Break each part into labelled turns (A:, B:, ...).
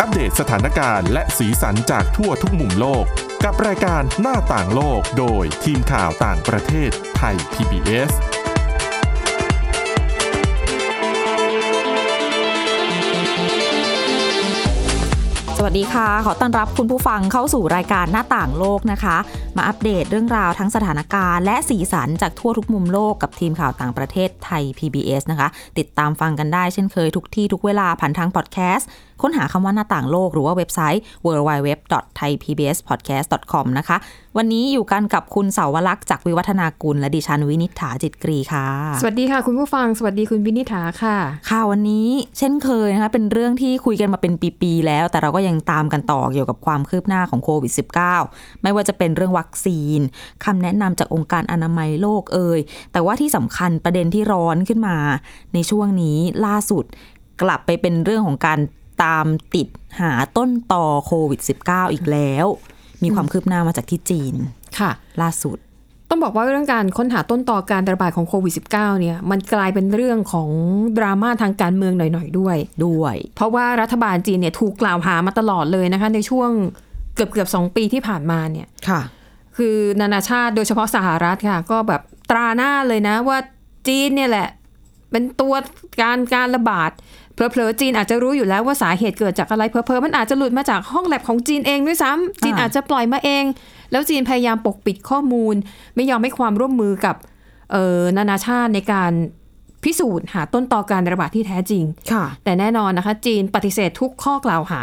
A: อัปเดตสถานการณ์และสีสันจากทั่วทุกมุมโลก กับรายการหน้าต่างโลกโดยทีมข่าวต่างประเทศไทย PBS
B: สวัสดีค่ะ ขอต้อนรับคุณผู้ฟังเข้าสู่รายการหน้าต่างโลกนะคะ มาอัปเดตเรื่องราวทั้งสถานการณ์และสีสันจากทั่วทุกมุมโลกกับทีมข่าวต่างประเทศไทย PBS นะคะ ติดตามฟังกันได้เช่นเคยทุกที่ทุกเวลาผ่านทางพอดแคสต์ ค้นหาคำว่าหน้าต่างโลกหรือว่าเว็บไซต์ www.thaipbspodcast.com นะคะ วันนี้อยู่กันกับคุณเสาวลักษณ์จากวิวัฒนากุลและดิฉันวินิษฐาจิตกรีค่ะ
C: สวัสดีค่ะ คุณผู้ฟังสวัสดีคุณวินิฐาค่ะ
B: ค่ะวันนี้เช่นเคยนะคะเป็นเรื่องที่คุยกันมาเป็นปีๆแล้ว แต่เราก็ยังตามกันต่อเกี่ยวกับความคืบหน้าของโควิด -19 ไม่ว่าจะเป็นเรื่องวัคซีนคำแนะนำจากองค์การอนามัยโลกเอ่ยแต่ว่าที่สำคัญประเด็นที่ร้อนขึ้นมา ในช่วงนี้ล่าสุด กลับไปเป็นเรื่องของการตามติดหาต้นต่อโควิด -19 อีกแล้ว มีความคืบหน้ามาจากที่จีน
C: ค่ะ
B: ล่าสุด
C: ต้องบอกว่าเรื่องการค้นหาต้นต่อการระบาดของโควิด -19 เนี่ยมันกลายเป็นเรื่องของดราม่าทางการเมืองหน่อย ๆ ด้วย
B: ด้วย
C: เพราะว่ารัฐบาลจีนเนี่ยถูกกล่าวหามาตลอดเลยนะคะ ในช่วงเกือบเกือบสองปีที่ผ่านมาเนี่ย
B: ค่ะ
C: คือนานาชาติโดยเฉพาะสหรัฐค่ะ ก็แบบตราหน้าเลยนะว่าจีนเนี่ยแหละ เป็นตัวการการระบาดเผลอๆจีนอาจจะรู้อยู่แล้วว่าสาเหตุเกิดจากอะไรเผลอๆมันอาจจะหลุดมาจากห้องแลบของจีนเองด้วยซ้ำจีน
B: อ่า
C: อาจจะปล่อยมาเอง แล้วจีนพยายามปกปิดข้อมูล ไม่ยอมให้ความร่วมมือกับเอ่อนานาชาติในการพิสูจน์หาต้นตอการระบาดที่แท้จริง
B: ค่ะ
C: แต่แน่นอนนะคะ จีนปฏิเสธทุกข้อกล่าวหา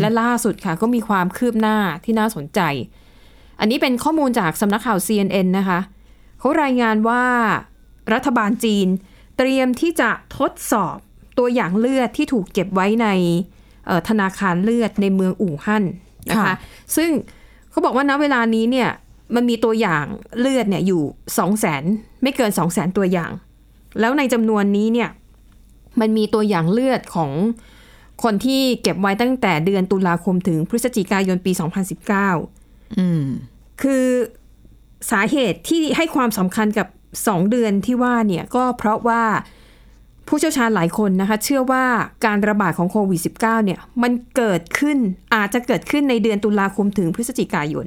C: และล่าสุดค่ะ ก็มีความคืบหน้าที่น่าสนใจ อันนี้เป็นข้อมูลจากสำนักข่าว CNN นะคะ เขารายงานว่ารัฐบาลจีนเตรียมที่จะทดสอบตัวอย่างเลือดที่ถูกเก็บไว้ในเอ่อธนาคารเลือดในเมืองอู่ฮั่นนะคะ
B: ค่ะ
C: ซึ่งเขาบอกว่าณเวลานี้เนี่ยมันมีตัวอย่างเลือดเนี่ยอยู่สองแสนไม่เกินสองแสนตัวอย่าง แล้วในจำนวนนี้เนี่ย มันมีตัวอย่างเลือดของคนที่เก็บไว้ตั้งแต่เดือนตุลาคมถึงพฤศจิกายนปี 2019
B: อืม
C: คือสาเหตุที่ให้ความสำคัญกับ 2 เดือนที่ว่าเนี่ยก็เพราะว่าผู้เชี่ยวชาญหลายคนนะคะ เชื่อว่าการระบาดของโควิด -19 เนี่ยมันเกิดขึ้นอาจจะเกิดขึ้นในเดือนตุลาคมถึงพฤศจิกายน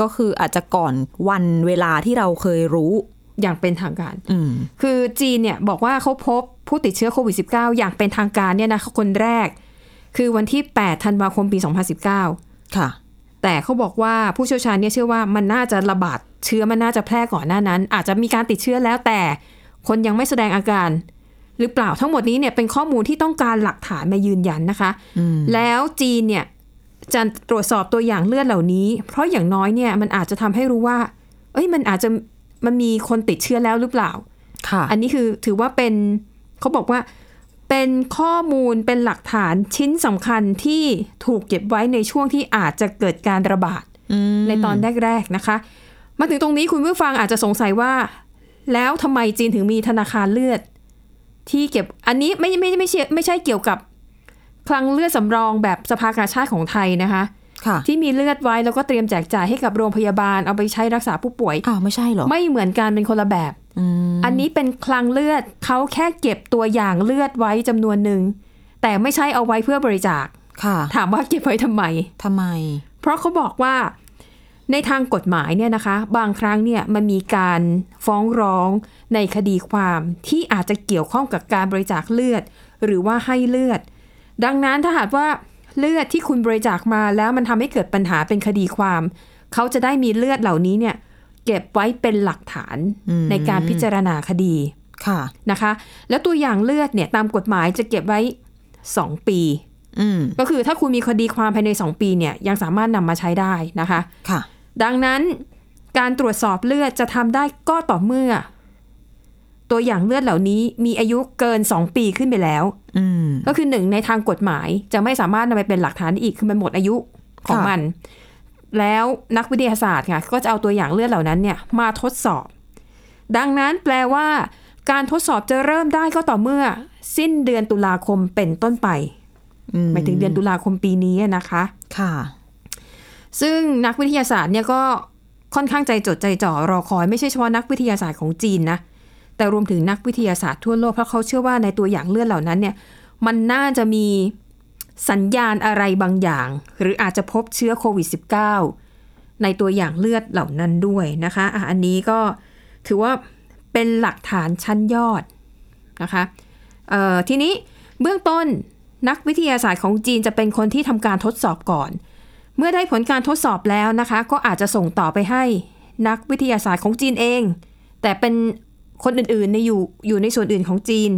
B: ก็คืออาจจะก่อนวันเวลาที่เราเคยรู้
C: อย่างเป็นทางการ
B: อืม
C: คือจีนเนี่ยบอกว่าเขาพบผู้ติดเชื้อโควิด -19 อย่างเป็นทางการเนี่ยนะคนแรก คือวันที่ 8 ธันวาคมปี 2019
B: ค่ะ
C: แต่เขาบอกว่าผู้เชี่ยวชาญเนี่ยเชื่อว่ามันน่าจะระบาดเชื้อมันน่าจะแพร่ก่อนหน้านั้น อาจจะมีการติดเชื้อแล้วแต่คนยังไม่แสดงอาการ หรือเปล่าทั้งหมดนี้เนี่ยเป็นข้อมูลที่ต้องการหลักฐานมายืนยันนะคะ แล้วจีนเนี่ยจะตรวจสอบตัวอย่างเลือดเหล่านี้ เพราะอย่างน้อยเนี่ยมันอาจจะทำให้รู้ว่า เอ้ยมันอาจจะมันมีคนติดเชื้อแล้วหรือเปล่า
B: ค่ะ
C: อันนี้คือถือว่าเป็นเขาบอกว่าเป็นข้อมูลเป็นหลักฐานชิ้นสำคัญที่ถูกเก็บไว้ในช่วงที่อาจจะเกิดการระบาดในตอนแรกๆนะคะ มาถึงตรงนี้คุณผู้ฟังอาจจะสงสัยว่า แล้วทำไมจีนถึงมีธนาคารเลือด ที่เก็บอันนี้ไม่ไม่ไม่ใช่ไม่ใช่เกี่ยวกับคลังเลือดสำรองแบบสภากาชาติของไทยนะคะ
B: ค่ะ
C: ที่มีเลือดไว้แล้วก็เตรียมแจกจ่ายให้กับโรงพยาบาลเอาไปใช้รักษาผู้ป่วย
B: อ้าวไม่ใช่เหรอ
C: ไม่เหมือนกันเป็นคนละแบบ อันนี้เป็นคลังเลือดเขาแค่เก็บตัวอย่างเลือดไว้จำนวนหนึ่ง แต่ไม่ใช่เอาไว้เพื่อบริจาค
B: ค่ะ
C: ถามว่าเก็บไว้ทำไม
B: ทำไม
C: เพราะเขาบอกว่าในทางกฎหมายเนี่ยนะคะ บางครั้งเนี่ยมันมีการฟ้องร้องในคดีความที่อาจจะเกี่ยวข้องกับการบริจาคเลือด หรือว่าให้เลือด ดังนั้นถ้าหากว่าเลือดที่คุณบริจาคมาแล้วมันทำให้เกิดปัญหาเป็นคดีความ เขาจะได้มีเลือดเหล่านี้เนี่ยเก็บไว้เป็นหลักฐานในการพิจารณาคดี
B: ค่ะ
C: นะคะ แล้วตัวอย่างเลือดเนี่ยตามกฎหมายจะเก็บไว้ 2 ปี
B: อืม
C: ก็คือถ้าคุณมีคดีความภายใน 2 ปีเนี่ยยังสามารถนำมาใช้ได้นะคะ
B: ค่ะ
C: ดังนั้นการตรวจสอบเลือดจะทำได้ก็ต่อเมื่อ ตัวอย่างเลือดเหล่านี้มีอายุเกิน 2 ปีขึ้นไปแล้ว
B: อืม
C: ก็คือหนึ่งในทางกฎหมายจะไม่สามารถนำไปเป็นหลักฐานได้อีกคือมันหมดอายุของ
B: ค่ะ
C: มัน แล้วนักวิทยาศาสตร์ค่ะก็จะเอาตัวอย่างเลือดเหล่านั้นเนี่ยมาทดสอบ ดังนั้นแปลว่า การทดสอบจะเริ่มได้ก็ต่อเมื่อ สิ้นเดือนตุลาคมเป็นต้นไป
B: อืม
C: หมายถึงเดือนตุลาคมปีนี้อะนะคะ
B: ค่ะ
C: ซึ่งนักวิทยาศาสตร์เนี่ยก็ค่อนข้างใจจดใจจ่อรอคอยไม่ใช่เฉพาะนักวิทยาศาสตร์ของจีนนะแต่รวมถึงนักวิทยาศาสตร์ทั่วโลกเพราะเขาเชื่อว่าในตัวอย่างเลือดเหล่านั้นเนี่ยมันน่าจะมี สัญญาณอะไรบางอย่าง หรืออาจจะพบเชื้อโควิด -19 ในตัวอย่างเลือดเหล่านั้นด้วยนะคะอ่ะอันนี้ก็ถือว่าเป็นหลักฐานชั้นยอดนะคะเอ่อทีนี้เบื้องต้นนักวิทยาศาสตร์ของจีนจะเป็นคนที่ทำการทดสอบก่อน เมื่อได้ผลการทดสอบแล้วนะคะ ก็อาจจะส่งต่อไปให้นักวิทยาศาสตร์ของจีนเอง แต่เป็นคนอื่นๆในอยู่อยู่ในส่วนอื่นของจีน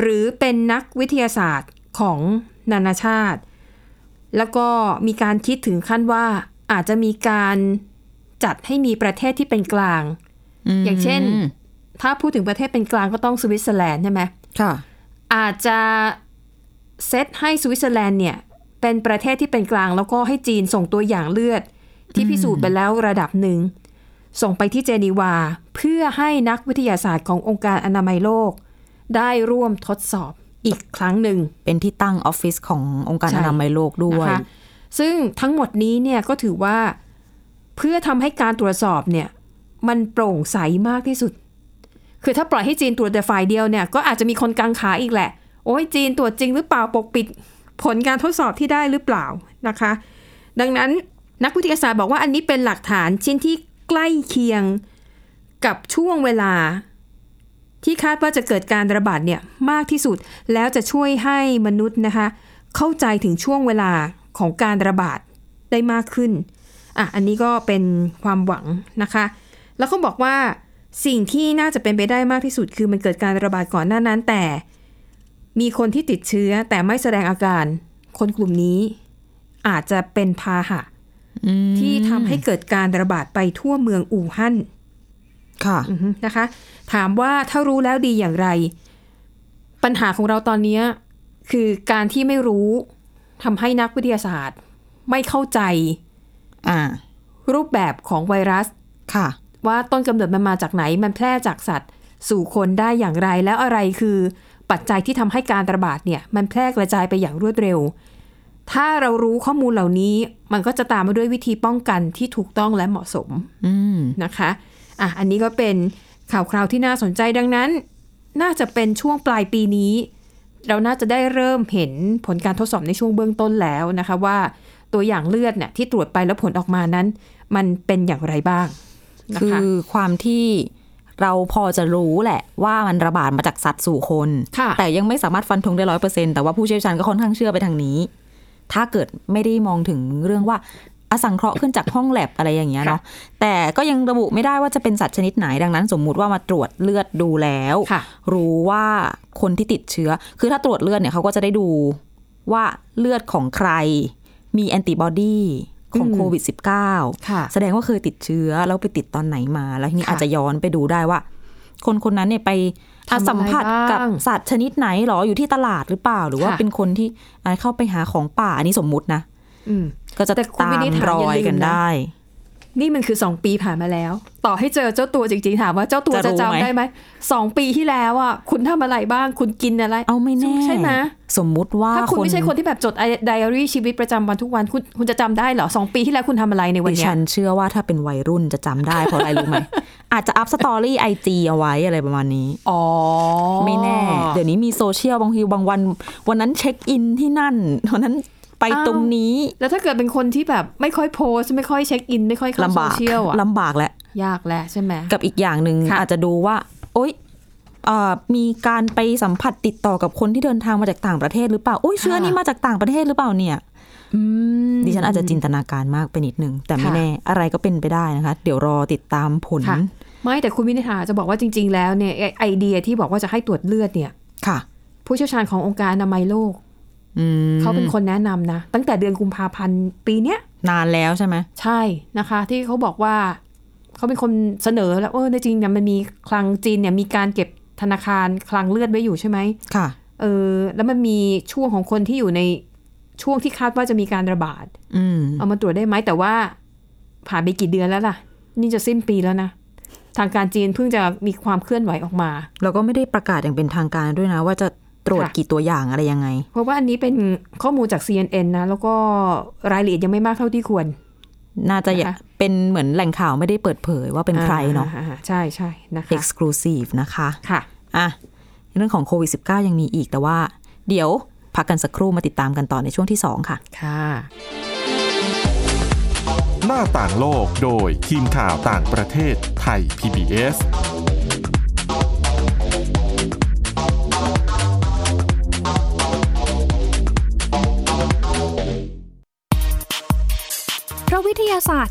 C: หรือเป็นนักวิทยาศาสตร์ของนานาชาติ แล้วก็มีการคิดถึงขั้นว่าอาจจะมีการจัดให้มีประเทศที่เป็นกลาง
B: ม
C: อย่างเช่น ถ้าพูดถึงประเทศเป็นกลางก็ต้องสวิตเซอร์แลนด์ใช่ไหม
B: ค่ะ
C: อาจจะเซตให้สวิตเซอร์แลนด์เนี่ยเป็นประเทศที่เป็นกลาง แล้วก็ให้จีนส่งตัวอย่างเลือด ที่พิสูจน์ไปแล้วระดับหนึ่ง ส่งไปที่เจนีวา เพื่อให้นักวิทยาศาสตร์ขององค์การอนามัยโลก ได้ร่วมทดสอบอีกครั้งหนึ่ง
B: เป็นที่ตั้งออฟฟิศขององค์การ
C: ใช่
B: อนามัยโลกด้วย
C: นะคะซึ่งทั้งหมดนี้เนี่ยก็ถือว่าเพื่อทำให้การตรวจสอบเนี่ยมันโปร่งใสมากที่สุด คือถ้าปล่อยให้จีนตรวจแต่ฝ่ายเดียวเนี่ยก็อาจจะมีคนกังขาอีกแหละ โอ้ยจีนตรวจจริงหรือเปล่าปกปิดผลการทดสอบที่ได้หรือเปล่านะคะ ดังนั้นนักวิทยาศาสตร์บอกว่าอันนี้เป็นหลักฐานชิ้นที่ใกล้เคียงกับช่วงเวลา ที่คาดว่าจะเกิดการระบาดเนี่ยมากที่สุดแล้วจะช่วยให้มนุษย์นะคะ เข้าใจถึงช่วงเวลาของการระบาดได้มากขึ้นอ่ะอันนี้ก็เป็นความหวังนะคะ แล้วเขาบอกว่าสิ่งที่น่าจะเป็นไปได้มากที่สุด คือมันเกิดการระบาดก่อนหน้านั้น แต่มีคนที่ติดเชื้อแต่ไม่แสดงอาการ คนกลุ่มนี้อาจจะเป็นพาหะที่ทำให้เกิดการระบาดไปทั่วเมืองอู่ฮั่น
B: ค่ะ
C: อือฮึนะคะ ถามว่าถ้ารู้แล้วดีอย่างไร ปัญหาของเราตอนเนี้ยคือการที่ไม่รู้ทำให้นักวิทยาศาสตร์ ไม่เข้าใจ
B: อ่า
C: รูปแบบของไวรัส
B: ค่ะ
C: ว่าต้นกำเนิดมันมาจากไหน มันแพร่จากสัตว์ สู่คนได้อย่างไร แล้วอะไรคือปัจจัยที่ทำให้การระบาดเนี่ย มันแพร่กระจายไปอย่างรวดเร็ว ถ้าเรารู้ข้อมูลเหล่านี้ มันก็จะตามมาด้วยวิธีป้องกันที่ถูกต้องและเหมาะสม
B: อืม
C: นะคะอ่ะอันนี้ก็เป็นข่าวคราวที่น่าสนใจดังนั้น น่าจะเป็นช่วงปลายปีนี้ เราน่าจะได้เริ่มเห็นผลการทดสอบในช่วงเบื้องต้นแล้วนะคะว่าตัวอย่างเลือดเนี่ยที่ตรวจไปแล้วผลออกมานั้น มันเป็นอย่างไรบ้างนะ
B: คื
C: คะ
B: อความที่เราพอจะรู้แหละ ว่ามันระบาดมาจากสัตว์สู่คน
C: ค่ะ
B: แต่ยังไม่สามารถฟันธงได้ร้อยเปอร์เซ็นแต่ว่าผู้เชี่ยวชาญก็ค่อนข้างเชื่อไปทางนี้ ถ้าเกิดไม่ได้มองถึงเรื่องว่าอสังเคราะห์ขึ้นจากห้องแลบอะไรอย่างเงี้ยเนาะ แต่ก็ยังระบุไม่ได้ว่าจะเป็นสัตว์ชนิดไหน ดังนั้น สมมุติว่ามาตรวจเลือดดูแล้ว
C: ค่ะ
B: รู้ว่าคนที่ติดเชื้อ คือถ้าตรวจเลือดเนี่ยเขาก็จะได้ดูว่าเลือดของใคร มีแอนติบอดีของ
C: อืม
B: โควิด -19
C: ค่ะ
B: แสดงว่าเคยติดเชื้อ แล้วไปติดตอนไหนมา แล้วทีนี้
C: ค่ะ
B: อาจจะย้อนไปดูได้ว่า คนคนนั้นเนี่ยไปอ่ะ
C: ทำอะไร
B: สัมผัสกับ
C: บ้าง
B: สัตว์ชนิดไหนหรออยู่ที่ตลาดหรือเปล่า หรือว่า
C: ค่ะ
B: เป็นคนที่อ่ะเข้าไปหาของป่าอันนี้สมมุตินะ
C: อืม
B: ก็จะ
C: แต่คุณ
B: ตาม
C: วินิษฐารอย่า
B: อ
C: ลืมนะ
B: ยกันได้
C: นี่มันคือ 2 ปีผ่านมาแล้ว ต่อให้เจอเจ้าตัวจริงๆถามว่าเจ้าตัว
B: จะ
C: จะ
B: รู้ไหม
C: จำได้ไหมสองปีที่แล้วอ่ะคุณทำอะไรบ้าง คุณกินอะไร
B: เอาไม่แน่
C: ใช่ไหม
B: สมมุติว่า
C: ถ้าคุณไม่ใช่คนที่แบบจดไดอารี่ชีวิตประจำวันทุกวันคุณคุณจะจำได้เหรอสองปีที่แล้วคุณทำอะไรในวัน
B: ดิ
C: เนี้
B: ฉั
C: ย
B: นเชื่อว่าถ้าเป็นวัยรุ่นจะจำ ได้เพราะอะไรรู้ไหม อาจจะอัพสตอรี่ไอจีเอาไว้อะไรประมาณนี้
C: อ๋อ
B: ไม่แน่ เดี๋ยวนี้มีโซเชียลบางทีบางวัน วันนั้นเช็คอินที่นั่นวันนั้นไปตรงนี้
C: แล้วถ้าเกิดเป็นคนที่แบบไม่ค่อยโพสต์ไม่ค่อยเช็คอิน ไม่ค่อยเข้า
B: ลำ
C: โซ
B: บาก
C: เชียลอ่ะ
B: ลำบากแหละ
C: ยากแหละใช่ไหม
B: กับอีกอย่างหนึ่ง
C: ค่ะ
B: อาจจะดูว่า โอ๊ยเอ่อมีการไปสัมผัสติดต่อกับคนที่เดินทางมาจากต่างประเทศหรือเปล่าโอ้ยเชื้อนี่มาจากต่างประเทศหรือเปล่าเนี่ย
C: อืม
B: ดิฉันอาจจะจินตนาการมากไปนิดนึง แต่ไม่
C: ค่ะ
B: แน่อะไรก็เป็นไปได้นะคะ เดี๋ยวรอติดตามผล
C: ค่ะ ไม่แต่คุณวินิธาจะบอกว่าจริง ๆ แล้วเนี่ยไอ้ไอเดียที่บอกว่าจะให้ตรวจเลือดเนี่ย
B: ค่ะ
C: ผู้เชี่ยวชาญขององค์การอนามัยโลก
B: อืม
C: เขาเป็นคนแนะนำนะ ตั้งแต่เดือนกุมภาพันธ์ปีเนี้ย
B: นานแล้วใช่ไหม
C: ใช่นะคะ ที่เขาบอกว่าเขาเป็นคนเสนอแล้วเออในจริงเนี่ยมันมีคลังจีนเนี่ยมีการเก็บธนาคารคลังเลือดไว้อยู่ใช่ไหม
B: ค่ะ
C: เออแล้วมันมีช่วงของคนที่อยู่ในช่วงที่คาดว่าจะมีการระบาด
B: อืม
C: เอามาตรวจได้ไหมแต่ว่าผ่านไปกี่เดือนแล้วล่ะ นี่จะสิ้นปีแล้วนะ ทางการจีนเพิ่งจะมีความเคลื่อนไหวออกมา
B: แล้วก็ไม่ได้ประกาศอย่างเป็นทางการด้วยนะ ว่าจะตรวจ
C: ค่ะ
B: กี่ตัวอย่างอะไรยังไง
C: เพราะว่าอันนี้เป็นข้อมูลจาก CNN นะ แล้วก็รายละเอียดยังไม่มากเท่าที่ควร
B: น่าจะอย่า
C: นะคะ
B: เป็นเหมือนแหล่งข่าวไม่ได้เปิดเผยว่าเป็นใครเนาะ
C: อ่อ่ใช่ใช่นะคะ
B: exclusive นะคะ
C: ค่ะ
B: อ่ะเรื่องของโควิด -19 ยังมีอีกแต่ว่า เดี๋ยว พักกันสักครู่มาติดตามกันต่อในช่วงที่ 2 ค่ะ
C: ค่ะ
A: หน้าต่างโลกโดยทีมข่าวต่างประเทศไทย PBS
D: เพราะวิทยาศาสตร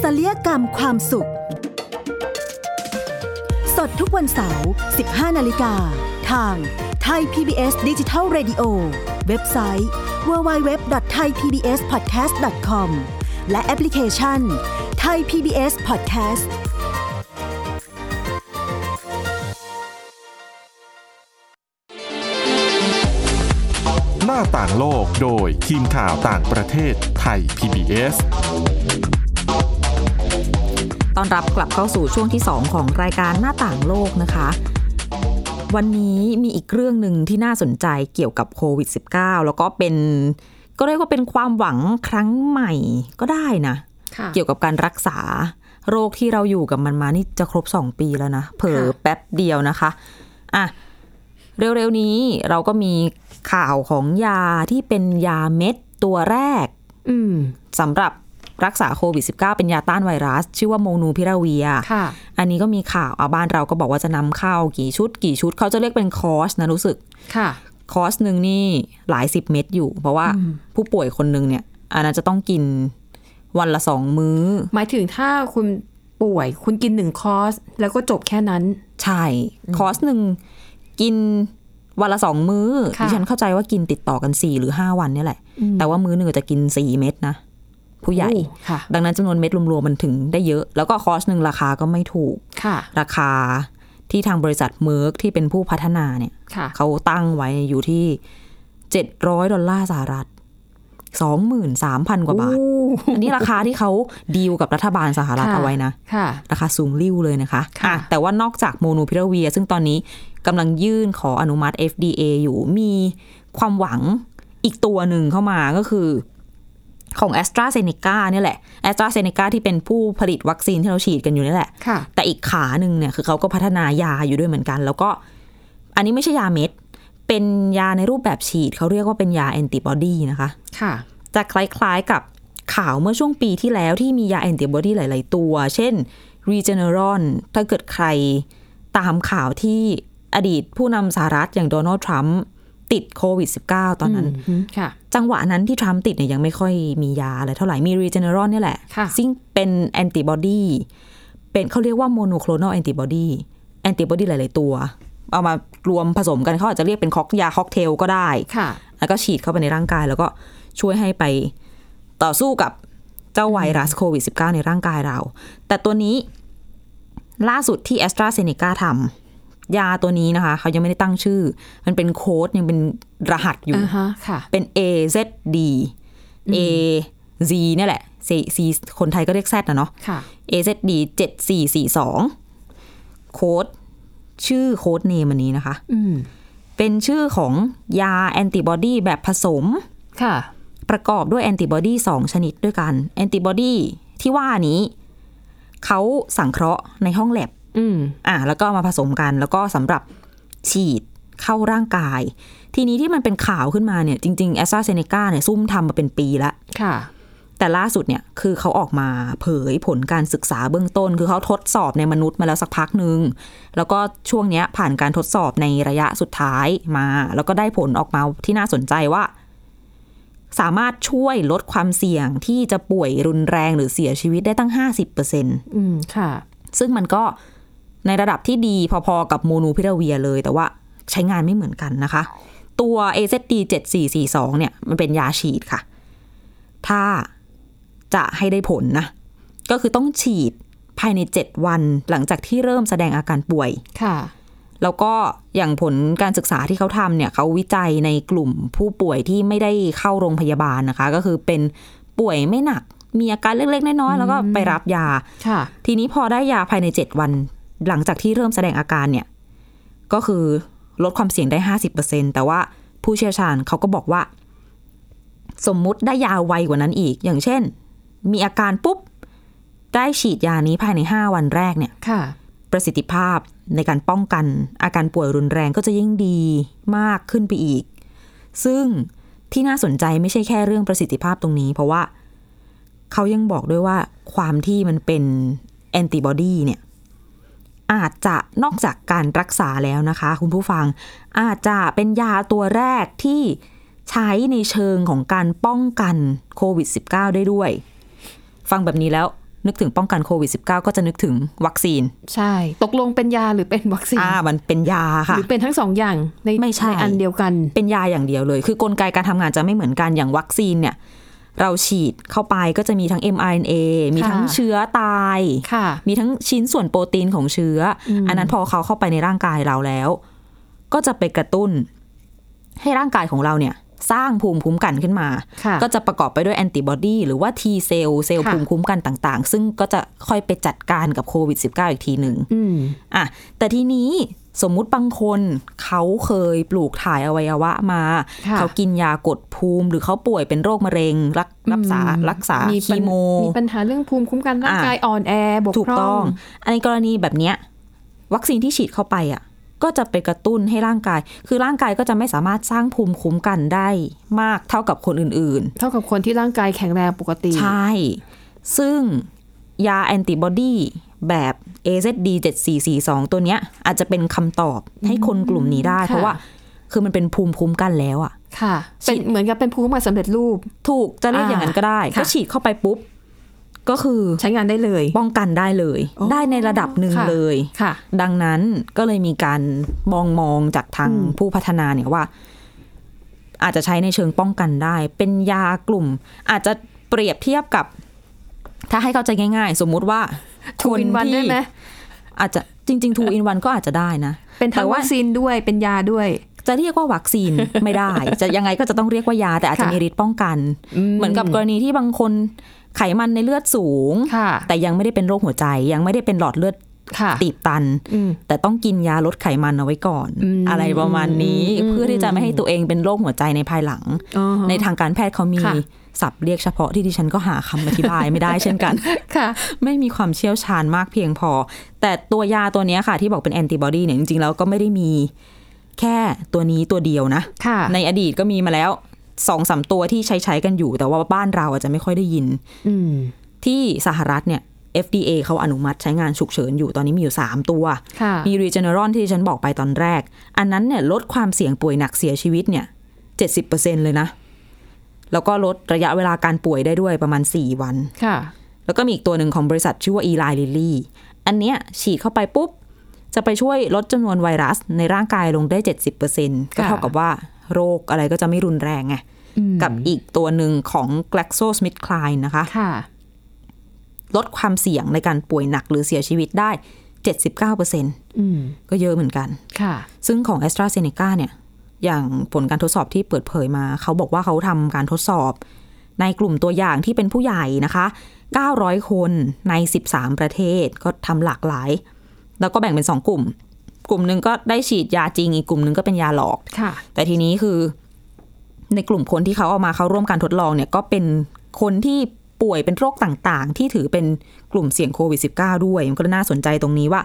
E: ศัลยกรรมความสุข สดทุกวันเสาร์ 15 นาฬิกา ทางไทย PBS d i g i ดิจิ Radio เว็บไซต์ www.thaipbspodcast.com และแอปพลิเคชัน Thai PBS Podcast
A: หน้าต่างโลกโดยทีมข่าวต่างประเทศไทย PBS
B: ต้อนรับกลับเข้าสู่ช่วงที่ 2 ของรายการหน้าต่างโลกนะคะ วันนี้มีอีกเรื่องหนึ่งที่น่าสนใจเกี่ยวกับโควิด -19 แล้วก็เป็น ก็เรียกว่าเป็นความหวังครั้งใหม่ก็ได้นะ
C: ค่ะ
B: เกี่ยวกับการรักษาโรคที่เราอยู่กับมันมานี่จะครบ 2 ปีแล้วนะ เผลอ
C: ค่ะ
B: แป๊บเดียวนะคะอ่ะเร็วๆนี้เราก็มีข่าวของยาที่เป็นยาเม็ดตัวแรก
C: อืม
B: สำหรับรักษาโควิด -19 เป็นยาต้านไวรัส ชื่อว่าโมนูพิราเวีย
C: ค่ะ
B: อันนี้ก็มีข่าวอาบ้านเราก็บอกว่าจะนำเข้ากี่ชุด กี่ชุดเขาจะเรียกเป็นคอร์สนะรู้สึก
C: ค่ะ
B: คอร์สหนึ่งนี่หลายสิบเม็ดอยู่ เพราะว่าผู้ป่วยคนหนึ่งเนี่ยอันนั้นจะต้องกินวันละสองมื้อ
C: หมายถึงถ้าคุณป่วยคุณกินหนึ่งคอร์ส แล้วก็จบแค่นั้น
B: ใช่ คอร์สหนึ่งกินวันละสองมื้อ
C: ค่ะ
B: ดิฉันเข้าใจว่ากินติดต่อกันสี่หรือห้าวันเนี่ยแหละ แต่ว่ามื้อหนึ่งจะกินสี่เม็ดนะ ผู้ใหญ่
C: โอ้ค่ะ
B: ดังนั้นจำนวนเม็ดรวมๆมันถึงได้เยอะ แล้วก็คอร์สหนึ่งราคาก็ไม่ถูก
C: ค่ะ
B: ราคาที่ทางบริษัทเมอร์กที่เป็นผู้พัฒนาเนี่ย
C: ค่ะ
B: เขาตั้งไว้อยู่ที่ 700 ดอลลาร์สหรัฐ 23,000 กว่าบาท
C: โอ้
B: อันนี้ราคาที่เขาดีลกับรัฐบาลสหรัฐ
C: ค่ะ
B: เอาไว้นะ
C: ค่ะ
B: ราคาสูงริ้วเลยนะคะ
C: ค่ะ
B: อ่แต่ว่านอกจากโมโนพิราเวีย ซึ่งตอนนี้กำลังยื่นขออนุมัติ FDA อยู่มีความหวังอีกตัวหนึ่งเข้ามาก็คือ ของ a s t r a z เซ e c a เนี่ยแหละ a s t r a z เซ e c a ที่เป็นผู้ผลิตวัคซีนที่เราฉีดกันอยู่นี่แหละ
C: ค่ะ
B: แต่อีกขาหนึ่งเนี่ยคือเขาก็พัฒนายาอยู่ด้วยเหมือนกัน แล้วก็อันนี้ไม่ใช่ยาเม็ด เป็นยาในรูปแบบฉีดเขาเรียกว่าเป็นยาแอนติบอดีนะคะ
C: ค่ะ
B: จะคล้ายๆกับข่าวเมื่อช่วงปีที่แล้วที่มียาแอนติบอดีหลาย ๆ ตัว เช่น Regeneron ถ้าเกิดใครตามข่าวที่อดีตผู้นำสหรัฐอย่างโดนัลด์ทรัมป์ติดโควิด -19 ตอนนั้น
C: อืมค่ะ
B: จังหวะนั้นที่ทรัมป์ติดเนี่ยยังไม่ค่อยมียาอะไรเท่าไหร่ มีรีเจเนอรอนนี่ยแหละ
C: ค่ะ
B: ซึ่งเป็นแอนติบอดีเป็นเขาเรียกว่าโมโนโคล n น l ลแอนติบอดีแอนติบอดีหลาย ๆ ตัว เอามารวมผสมกันเขาอาจจะเรียกเป็นค็อกยาค็อกเทลก็ได้
C: ค่ะ
B: แล้วก็ฉีดเข้าไปในร่างกาย แล้วก็ช่วยให้ไปต่อสู้กับเจ้าไวรัสโควิด -19 ในร่างกายเรา แต่ตัวนี้ล่าสุดที่ a s t r a z เซ e c a ทำยาตัวนี้นะคะ เขายังไม่ได้ตั้งชื่อ มันเป็นโค้ดยังเป็นรหัสอยู่
C: อ่าฮะ ค่ะ
B: เป็น A Z D A Z เนี่ยแหละ C C คนไทยก็เรียก Z นะเนาะ
C: ค่ะ
B: A Z D 7442 โค้ดชื่อโค้ดเนมอันนี้นะคะ
C: อืม
B: เป็นชื่อของยาแอนติบอดีแบบผสม
C: ค่ะ
B: ประกอบด้วยแอนติบอดี2ชนิดด้วยกัน แอนติบอดีที่ว่านี้ เขาสังเคราะห์ในห้องแลบ
C: อืม
B: อ่ะแล้วก็เอามาผสมกันแล้วก็สำหรับฉีดเข้าร่างกาย ทีนี้ที่มันเป็นข่าวขึ้นมาเนี่ย จริงๆแอสตราเซเนกาเนี่ยซุ่มทำมาเป็นปีละ
C: ค่ะ
B: แต่ล่าสุดเนี่ยคือเขาออกมาเผยผลการศึกษาเบื้องต้น คือเขาทดสอบในมนุษย์มาแล้วสักพักหนึ่งแล้วก็ช่วงเนี้ยผ่านการทดสอบในระยะสุดท้ายมา แล้วก็ได้ผลออกมาที่น่าสนใจว่า สามารถช่วยลดความเสี่ยงที่จะป่วยรุนแรงหรือเสียชีวิตได้ตั้ง 50%
C: อืมค่ะ
B: ซึ่งมันก็ในระดับที่ดีพอๆกับโมนูพิราเวียเลย แต่ว่าใช้งานไม่เหมือนกันนะคะ ตัว AZD 7442เนี่ยมันเป็นยาฉีดค่ะ ถ้าจะให้ได้ผลนะ ก็คือต้องฉีดภายใน 7 วันหลังจากที่เริ่มแสดงอาการป่วย
C: ค่ะ
B: แล้วก็อย่างผลการศึกษาที่เขาทำเนี่ยเขาวิจัยในกลุ่มผู้ป่วยที่ไม่ได้เข้าโรงพยาบาลนะคะ ก็คือเป็นป่วยไม่หนัก มีอาการเล็กๆน้อยๆแล้วก็ไปรับยา
C: ค่ะ
B: ทีนี้พอได้ยาภายใน 7 วัน หลังจากที่เริ่มแสดงอาการเนี่ย ก็คือลดความเสี่ยงได้ 50%แต่ว่าผู้เชี่ยวชาญเขาก็บอกว่า สมมุติได้ยาไวกว่านั้นอีก อย่างเช่น มีอาการปุ๊บ ได้ฉีดยานี้ภายใน 5 วันแรกเนี่ย
C: ค่ะ
B: ประสิทธิภาพในการป้องกันอาการป่วยรุนแรงก็จะยิ่งดีมากขึ้นไปอีก ซึ่งที่น่าสนใจไม่ใช่แค่เรื่องประสิทธิภาพตรงนี้ เพราะว่าเขายังบอกด้วยว่าความที่มันเป็นแอนติบอดีเนี่ย อาจจะนอกจากการรักษาแล้วนะคะ คุณผู้ฟังอาจจะเป็นยาตัวแรกที่ใช้ในเชิงของการป้องกันโควิด -19 ได้ด้วย ฟังแบบนี้แล้วนึกถึงป้องกันโควิด -19 ก็จะนึกถึงวัคซีน
C: ใช่ ตกลงเป็นยาหรือเป็นวัคซีน
B: อ่ามันเป็นยา
C: ห
B: ค่ะ
C: รือเป็นทั้งสองอย่างใน
B: ไม่ใช่
C: นอันเดียวกัน
B: เป็นยาอย่างเดียวเลย คือกลไกการทำงานจะไม่เหมือนกันอย่างวัคซีนเนี่ย เราฉีดเข้าไปก็จะมีทั้ง mRNA มีทั้ง
C: ค่ะ
B: เชื้อตาย
C: ค่ะ
B: มีทั้งชิ้นส่วนโปรตีนของเชื้อออันนั้นพอเขาเข้าไปในร่างกายเราแล้ว ก็จะไปกระตุ้น ให้ร่างกายของเราเนี่ย สร้างภูมิคุ้มกันขึ้นมา
C: ค่ะ
B: ก็จะประกอบไปด้วยแอนติบอดีหรือว่า T เซลล์เซลล์
C: ค่ะ
B: ภูมิคุ้มกันต่างๆ ซึ่งก็จะค่อยไปจัดการกับโควิด -19 อีกทีหนึ่ง
C: อืม
B: อ่ะแต่ทีนี้สมมุติบางคนเขาเคยปลูกถ่ายอวัยวะมา
C: ค่ะ
B: เขากินยากดภูมิ หรือเขาป่วยเป็นโรคมะเร็ง รักรักษารักษาคี
C: ปัญ
B: โม
C: มีปัญหาเรื่องภูมิคุ้มกันร่าง
B: อ่ะ
C: กายอ่อนแอบก
B: ถูก
C: พร่
B: ต้อง ในกรณีแบบเนี้ยวัคซีนที่ฉีดเข้าไปอ่ะก็จะไปกระตุ้นให้ร่างกาย คือร่างกายก็จะไม่สามารถสร้างภูมิคุ้มกันได้มากเท่ากับคนอื่น ๆ
C: เท่ากับคนที่ร่างกายแข็งแรงปกติ
B: ใช่ ซึ่งยาแอนติบอดีแบบ AZD 7442 ตัวเนี้ย อาจจะเป็นคำตอบให้คนกลุ่มนี้ได้
C: ค่ะ
B: เพราะว่า คือมันเป็นภูมิคุ้มกันแล้วอะ
C: ค่ะ เป็นเหมือนกับเป็นภูมิคุ้มกันสำเร็จรูป
B: ถูกจะเรียกอย่างนั้นก็ได้
C: อ่าค่ะ
B: ก็ฉีดเข้าไปปุ๊บ ก็คือ
C: ใช้งานได้เลย
B: ป้องกันได้เลย
C: อ๋อ
B: ได้ในระดับหนึ่ง
C: ค่ะ
B: เลย
C: ค่ะ
B: ดังนั้นก็เลยมีการมองมองจากทางผู้พัฒนาเนี่ยว่า อาจจะใช้ในเชิงป้องกันได้ เป็นยากลุ่ม อาจจะเปรียบเทียบกับ ถ้าให้เข้าใจง่าย ๆ สมมุติว่า
C: ทูอินวันได้ไหม
B: อาจจะจริงๆทูอินวันก็อาจจะได้นะ
C: เป็นทั้
B: แต่
C: ง
B: ว่า
C: วัคซีนด้วยเป็นยาด้วย
B: จะเรียกว่าวัคซีน ไม่ได้ จะยังไงก็จะต้องเรียกว่ายา แต่อาจจะ
C: ค่ะ
B: มีฤทธิ์ป้องกัน เหมือนกับกรณีที่บางคนไขมันในเลือดสูง
C: ค่ะ
B: แต่ยังไม่ได้เป็นโรคหัวใจ ยังไม่ได้เป็นหลอดเลือด
C: ค่ะ
B: ตีบตัน
C: อืม
B: แต่ต้องกินยาลดไขมันเอาไว้ก่อน
C: อืม
B: อะไรประมาณนี้
C: อืม
B: เพื่อที่จะไม่ให้ตัวเองเป็นโรคหัวใจในภายหลัง
C: อ๋อ
B: ในทางการแพทย์เขามี
C: ค่ะ
B: ศัพท์เรียกเฉพาะที่ดิฉันก็หาคำอธิบายไม่ได้เช่นกัน
C: ค่ะ
B: ไม่มีความเชี่ยวชาญมากเพียงพอ แต่ตัวยาตัวเนี้ยค่ะ ที่บอกเป็นแอนติบอดีเนี่ยจริงๆแล้วก็ไม่ได้มีแค่ตัวนี้ตัวเดียวนะ
C: ค่ะ
B: ในอดีตก็มีมาแล้วสองสามตัวที่ใช้ใช้ๆกันอยู่ แต่ว่าบ้านเราอาจจะไม่ค่อยได้ยิน
C: อืม
B: ที่สหรัฐเนี่ย FDA เขาอนุมัติใช้งานฉุกเฉินอยู่ตอนนี้มีอยู่สามตัว
C: ค่ะ
B: มี Regeneron ที่ดิฉันบอกไปตอนแรก อันนั้นเนี่ยลดความเสี่ยงป่วยหนักเสียชีวิตเนี่ย 70%เลยนะ แล้วก็ลดระยะเวลาการป่วยได้ด้วยประมาณ 4 วัน
C: ค่ะ
B: แล้วก็มีอีกตัวหนึ่งของบริษัทชื่อว่า Eli Lilly อันเนี้ยฉีดเข้าไปปุ๊บ จะไปช่วยลดจำนวนไวรัสในร่างกายลงได้ 70%ก็เท่ากับว่าโรคอะไรก็จะไม่รุนแรงไง กับอีกตัวหนึ่งของ GlaxoSmithKline นะคะ
C: ค่ะ
B: ลดความเสี่ยงในการป่วยหนักหรือเสียชีวิตได้ 79%
C: อืม
B: ก็เยอะเหมือนกัน
C: ค่ะ
B: ซึ่งของ a s t r a z เซ e c a เนี่ย อย่างผลการทดสอบที่เปิดเผยมา เขาบอกว่าเขาทำการทดสอบ ในกลุ่มตัวอย่างที่เป็นผู้ใหญ่นะคะ 900 คนใน 13 ประเทศก็ทำหลากหลาย แล้วก็แบ่งเป็น 2 กลุ่ม กลุ่มหนึ่งก็ได้ฉีดยาจริง อีกกลุ่มหนึ่งก็เป็นยาหลอก
C: ค่ะ
B: แต่ทีนี้คือ ในกลุ่มคนที่เขาเอามาเข้าร่วมการทดลองเนี่ยก็เป็นคนที่ป่วยเป็นโรคต่างๆ ที่ถือเป็นกลุ่มเสี่ยงโควิด -19 ด้วย มันก็น่าสนใจตรงนี้ว่า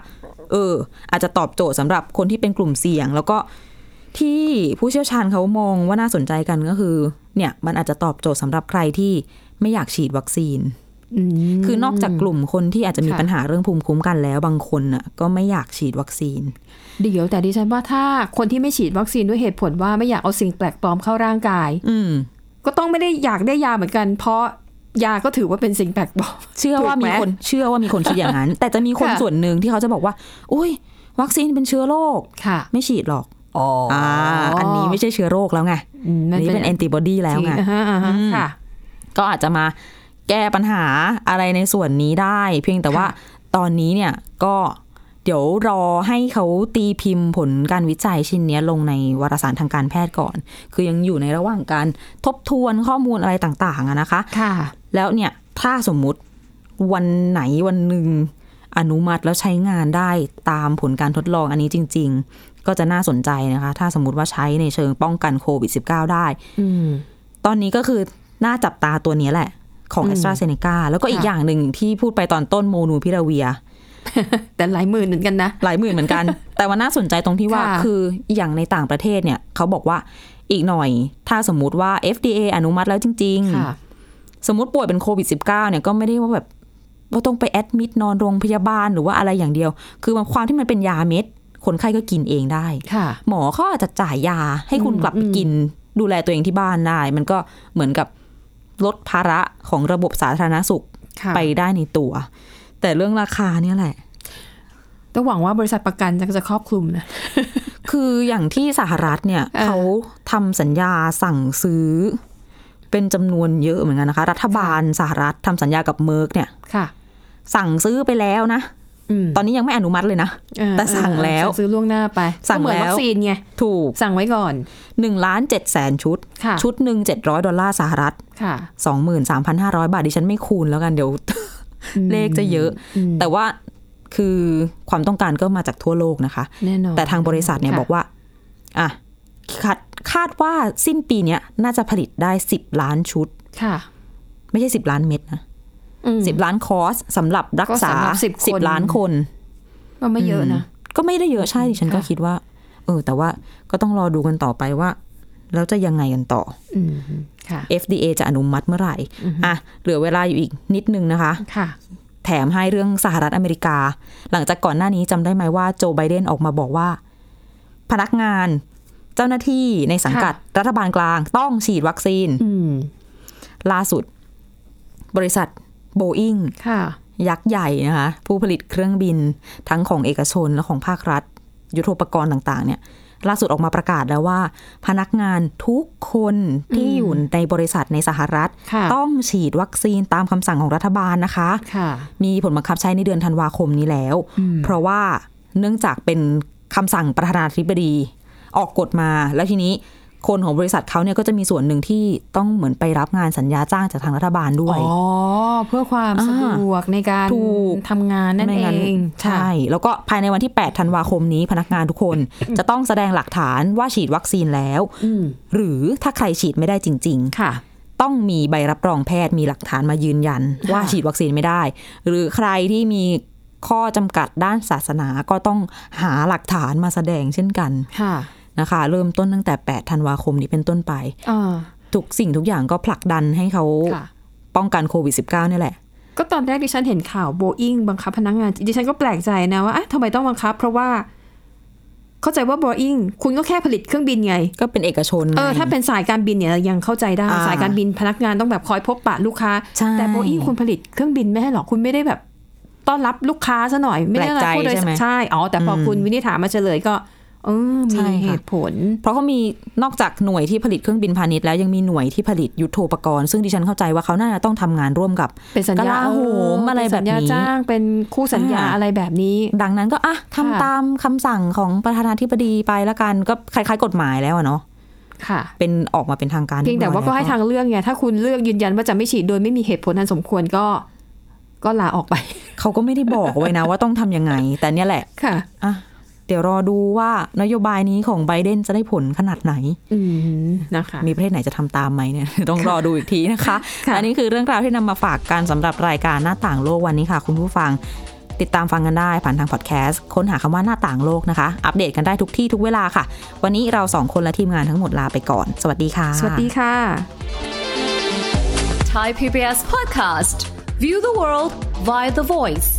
B: เออ อาจจะตอบโจทย์สำหรับคนที่เป็นกลุ่มเสี่ยง แล้วก็ที่ผู้เชี่ยวชาญเขามองว่าน่าสนใจกันก็คือ เนี่ยมันอาจจะตอบโจทย์สำหรับใครที่ ไม่อยากฉีดวัคซีน
C: ม
B: คือนอกจากกลุ่มคนที่อาจจะมี
C: ค่ะ
B: ปัญหาเรื่องภูมิคุ้มกันแล้วบางคนน่ะก็ไม่อยากฉีดวัคซีน
C: เดี๋ยวแต่ดิฉันว่าถ้าคนที่ไม่ฉีดวัคซีนด้วยเหตุผลว่าไม่อยากเอาสิ่งแปลกปลอมเข้าร่างกาย
B: อืม
C: ก็ต้องไม่ได้อยากได้ยาเหมือนกัน เพราะยาก็ถือว่าเป็นสิ่งแปลกปลอม
B: เชื่อว่ามี
C: ถูกไหม
B: คนเชื่อว่ามีคนคิดอย่างนั้น แต่จะมีคน
C: ค่ะ
B: ส่วนหนึ่งที่เขาจะบอกว่า อุ้ย วัคซีนเป็นเชื้อโรค
C: ค่ะ
B: ไม่ฉีดหรอก
C: อ๋อ
B: อ่าอันนี้ไม่ใช่เชื้อโรคแล้วไง
C: อืม
B: อันนี้เป็นแอนติบอดีแล้วไง
C: อ่าฮะอ่าฮะ
B: อืม
C: ค่ะ
B: ก็อาจจะมาแก้ปัญหาอะไรในส่วนนี้ได้ เพียงแต่ว่า
C: ค่ะ
B: ตอนนี้เนี่ยก็เดี๋ยวรอให้เขาตีพิมพ์ผลการวิจัยชิ้นเนี้ยลงในวารสารทางการแพทย์ก่อน คือยังอยู่ในระหว่างการทบทวนข้อมูลอะไรต่างๆอะนะคะ
C: ค่ะ
B: แล้วเนี่ยถ้าสมมุติวันไหนวันหนึ่งอนุมัติแล้วใช้งานได้ตามผลการทดลองอันนี้จริง ๆ ก็จะน่าสนใจนะคะ ถ้าสมมติว่าใช้ในเชิงป้องกันโควิด -19 ได้
C: อืม
B: ตอนนี้ก็คือน่าจับตาตัวเนี้ยแหละ ของ
C: อืม
B: แอสตราเซเนกาแล้วก็อีก
C: ค่ะ
B: อย่างหนึ่งที่พูดไปตอนต้นโมนูพิราเวีย
C: แต่หลายหมื่นเหมือนกันนะ
B: หลายหมื่นเหมือนกัน แต่ว่าน่าสนใจตรงที่ว่า
C: ค่ะ
B: คืออย่างในต่างประเทศเนี่ยเขาบอกว่าอีกหน่อยถ้าสมมุติว่า FDA อนุมัติแล้วจริง ๆ
C: ค่ะ
B: สมมติป่วยเป็นโควิด -19 เนี่ยก็ไม่ได้ว่าแบบว่าต้องไปแอดมิดนอนโรงพยาบาลหรือว่าอะไรอย่างเดียว คือมันความที่มันเป็นยาเม็ด คนไข้ก็กินเองได้
C: ค่ะ
B: หมอเขาอาจจะจ่ายยาให้คุณ
C: อืม
B: กลับไปกิน ดูแลตัวเองที่บ้านได้ มันก็เหมือนกับลดภาระของระบบสาธารณสุข
C: ะ
B: ไปได้ในตัว แต่เรื่องราคาเนี่ยแหละ
C: ต้องหวังว่าบริษัทประกันจะครอบคลุมนะ
B: คืออย่างที่สหรัฐเนี่ย
C: อ่า
B: เขาทำสัญญาสั่งซื้อ เป็นจำนวนเยอะเหมือนกันนะคะ รัฐบาลสหรัฐทำสัญญากับเมอร์กเนี่ย
C: ค่ะ
B: สั่งซื้อไปแล้วนะ
C: อืม
B: ตอนนี้ยังไม่อนุมัติเลยนะ
C: เออ
B: แต่สั่งแล้ว
C: สั่งซื้อล่วงหน้าไป
B: สั่ง
C: ก็เหมือน
B: แล้ว
C: วัคซีนไง
B: ถูก
C: สั่งไว้ก่อน
B: 1ล้าน7แสนชุด
C: ค่ะ
B: ชุดหนึ่ง700 ดอลลาร์สหรัฐ
C: ค่ะ
B: 23,500 บาท ดิฉันไม่คูณแล้วกันเดี๋ยว
C: อืม
B: เลขจะเยอะ
C: อืม
B: แต่ว่าคือความต้องการก็มาจากทั่วโลกนะคะ
C: แน่นอน
B: แต่ทางบริษัทเนี่ย
C: ค่ะ
B: บอกว่าอ่ะคาดคาดว่าสิ้นปีเนี้ยน่าจะผลิตได้ 10 ล้านชุด
C: ค่ะ
B: ไม่ใช่ 10 ล้านเม็ดนะ
C: อืม
B: 10 ล้านคอร์สสำหรับรักษา
C: ก็สำหรับ10คน
B: ล้านคน
C: ก็ไม่เยอะนะ
B: ก็ไม่ได้เยอะใช่ดิฉันก็
C: ค่ะ
B: คิดว่า เออ แต่ว่าก็ต้องรอดูกันต่อไปว่า แล้วจะยังไงกันต่อ
C: อืมค่ะ
B: FDA จะอนุมัติเมื่อไหร่อ่ะเหลือเวลาอยู่อีกนิดนึงนะคะ
C: ค่ะ
B: แถมให้เรื่องสหรัฐอเมริกา หลังจากก่อนหน้านี้จำได้ไหมว่าโจไบเดนออกมาบอกว่า พนักงานเจ้าหน้าที่ในสังกัดรัฐบาลกลางต้องฉีดวัคซีน
C: อืม
B: ล่าสุด บริษัทโบอิง
C: ค่ะ
B: ยักษ์ใหญ่นะคะ ผู้ผลิตเครื่องบินทั้งของเอกชนและของภาครัฐ ยุทโธปกรณ์ต่างๆ เนี่ย ล่าสุดออกมาประกาศแล้วว่า พนักงานทุกคนที่อยู่ในบริษัทในสหรัฐ
C: ค่ะ
B: ต้องฉีดวัคซีนตามคำสั่งของรัฐบาลนะคะ
C: ค่ะ
B: มีผลบังคับใช้ในเดือนธันวาคมนี้แล้ว เพราะว่าเนื่องจากเป็นคำสั่งประธานาธิบดี ออกกฎมา แล้วทีนี้คนของบริษัทเขาเนี่ยก็จะมีส่วนหนึ่งที่ต้องเหมือนไปรับงานสัญญาจ้างจากทางรัฐบาลด้วย
C: อ๋อ เพื่อความ
B: อ่า
C: สะดวกในการ
B: ถูก
C: ทำงานนั่น
B: ไม่
C: เอง
B: ใช่ แล้วก็ภายในวันที่ 8 ธันวาคมนี้พนักงานทุกคน จะต้องแสดงหลักฐานว่าฉีดวัคซีนแล้ว
C: อืม
B: หรือถ้าใครฉีดไม่ได้จริง
C: ค่ะ
B: ๆ ต้องมีใบรับรองแพทย์มีหลักฐานมายืนยัน ว่าฉีดวัคซีนไม่ได้ หรือใครที่มีข้อจำกัดด้านศาสนาก็ต้องหาหลักฐานมาแสดงเช่นกัน
C: ค่ะ
B: นะคะ เริ่มต้นตั้งแต่ 8 ธันวาคมนี้เป็นต้นไป
C: อ่า
B: ทุกสิ่งทุกอย่างก็ผลักดันให้เขา
C: ค่ะ
B: ป้องกันโควิด -19 นี่แหละ
C: ก็ตอนแรกดิฉันเห็นข่าวโบอิงบังคับพนักงาน ดิฉันก็แปลกใจนะว่าอ่ะทำไมต้องบังคับ เพราะว่า เข้าใจว่าโบอิงคุณก็แค่ผลิตเครื่องบินไง
B: ก็เป็นเอกชน
C: เออ
B: ไง
C: ถ้าเป็นสายการบินเนี่ยยังเข้าใจได้
B: อ่า
C: สายการบินพนักงานต้องแบบคอยพบปะลูกค้า
B: ใช่
C: แต่โบอิงคุณผลิตเครื่องบินไม่ให้หรอกคุณไม่ได้แบบ ต้อนรับลูกค้าซะหน่อยไม่ได้รับผู้โดย
B: แปลกใจใช่ไหม
C: ใช่อ๋อแต่พออ
B: ม
C: คุณวินิษฐามาเฉลยก็ เออ
B: ใช่
C: มี
B: ค่ะ
C: เหตุผล
B: เพราะเขามีนอกจากหน่วยที่ผลิตเครื่องบินพาณิชย์แล้วยังมีหน่วยที่ผลิตยุทโธปกรณ์ซึ่งดิฉันเข้าใจว่าเขาน่าจะต้องทำงานร่วมกับ
C: เป็นสัญญาก
B: ลาโหมอะไรแบบนี้
C: เป็สัญญาจ้างเป็นคู่สัญญา
B: อ่า
C: อะไรแบบนี้
B: ดังนั้นก็อ่ะทำ
C: ค่ะ
B: ตามคำสั่งของประธานาธิบดีไปละกันก็คล้ายๆ กฎหมายแล้วอะเนาะ
C: ค่ะ
B: เป็นออกมาเป็นทางการ
C: เพียงแต่ว่าก็ให้ทางเลือกไงถ้าคุณเลือกยืนยันว่าจะไม่ฉีดโดยไม่มีเหตุผลอันสมควรก็ ก็ลาออกไป
B: เขาก็ไม่ได้บอกไว้ นะว่าต้องทำยังไง แต่เนี่ยแหละ
C: ค่ะ
B: อ่ะเดี๋ยวรอดูว่านโยบายนี้ของไบเดนจะได้ผลขนาดไหน
C: อืมนะคะ
B: มีประเทศไหนจะทำตามไหมเนี่ย ต้องรอดูอีกทีนะคะ
C: ค่ะ
B: อันนี้คือเรื่องราวที่นำมาฝากกันสำหรับรายการหน้าต่างโลกวันนี้ค่ะ คุณผู้ฟัง ติดตามฟังกันได้ผ่านทางพอดแคสต์ค้นหาคำว่าหน้าต่างโลกนะคะ อัปเดตกันได้ทุกที่ทุกเวลาค่ะ วันนี้เราสองคนและทีมงานทั้งหมดลาไปก่อน สวัสดีค่ะ
C: สวัสดีค่ะ
F: Thai PBS podcast. View the world via the voice.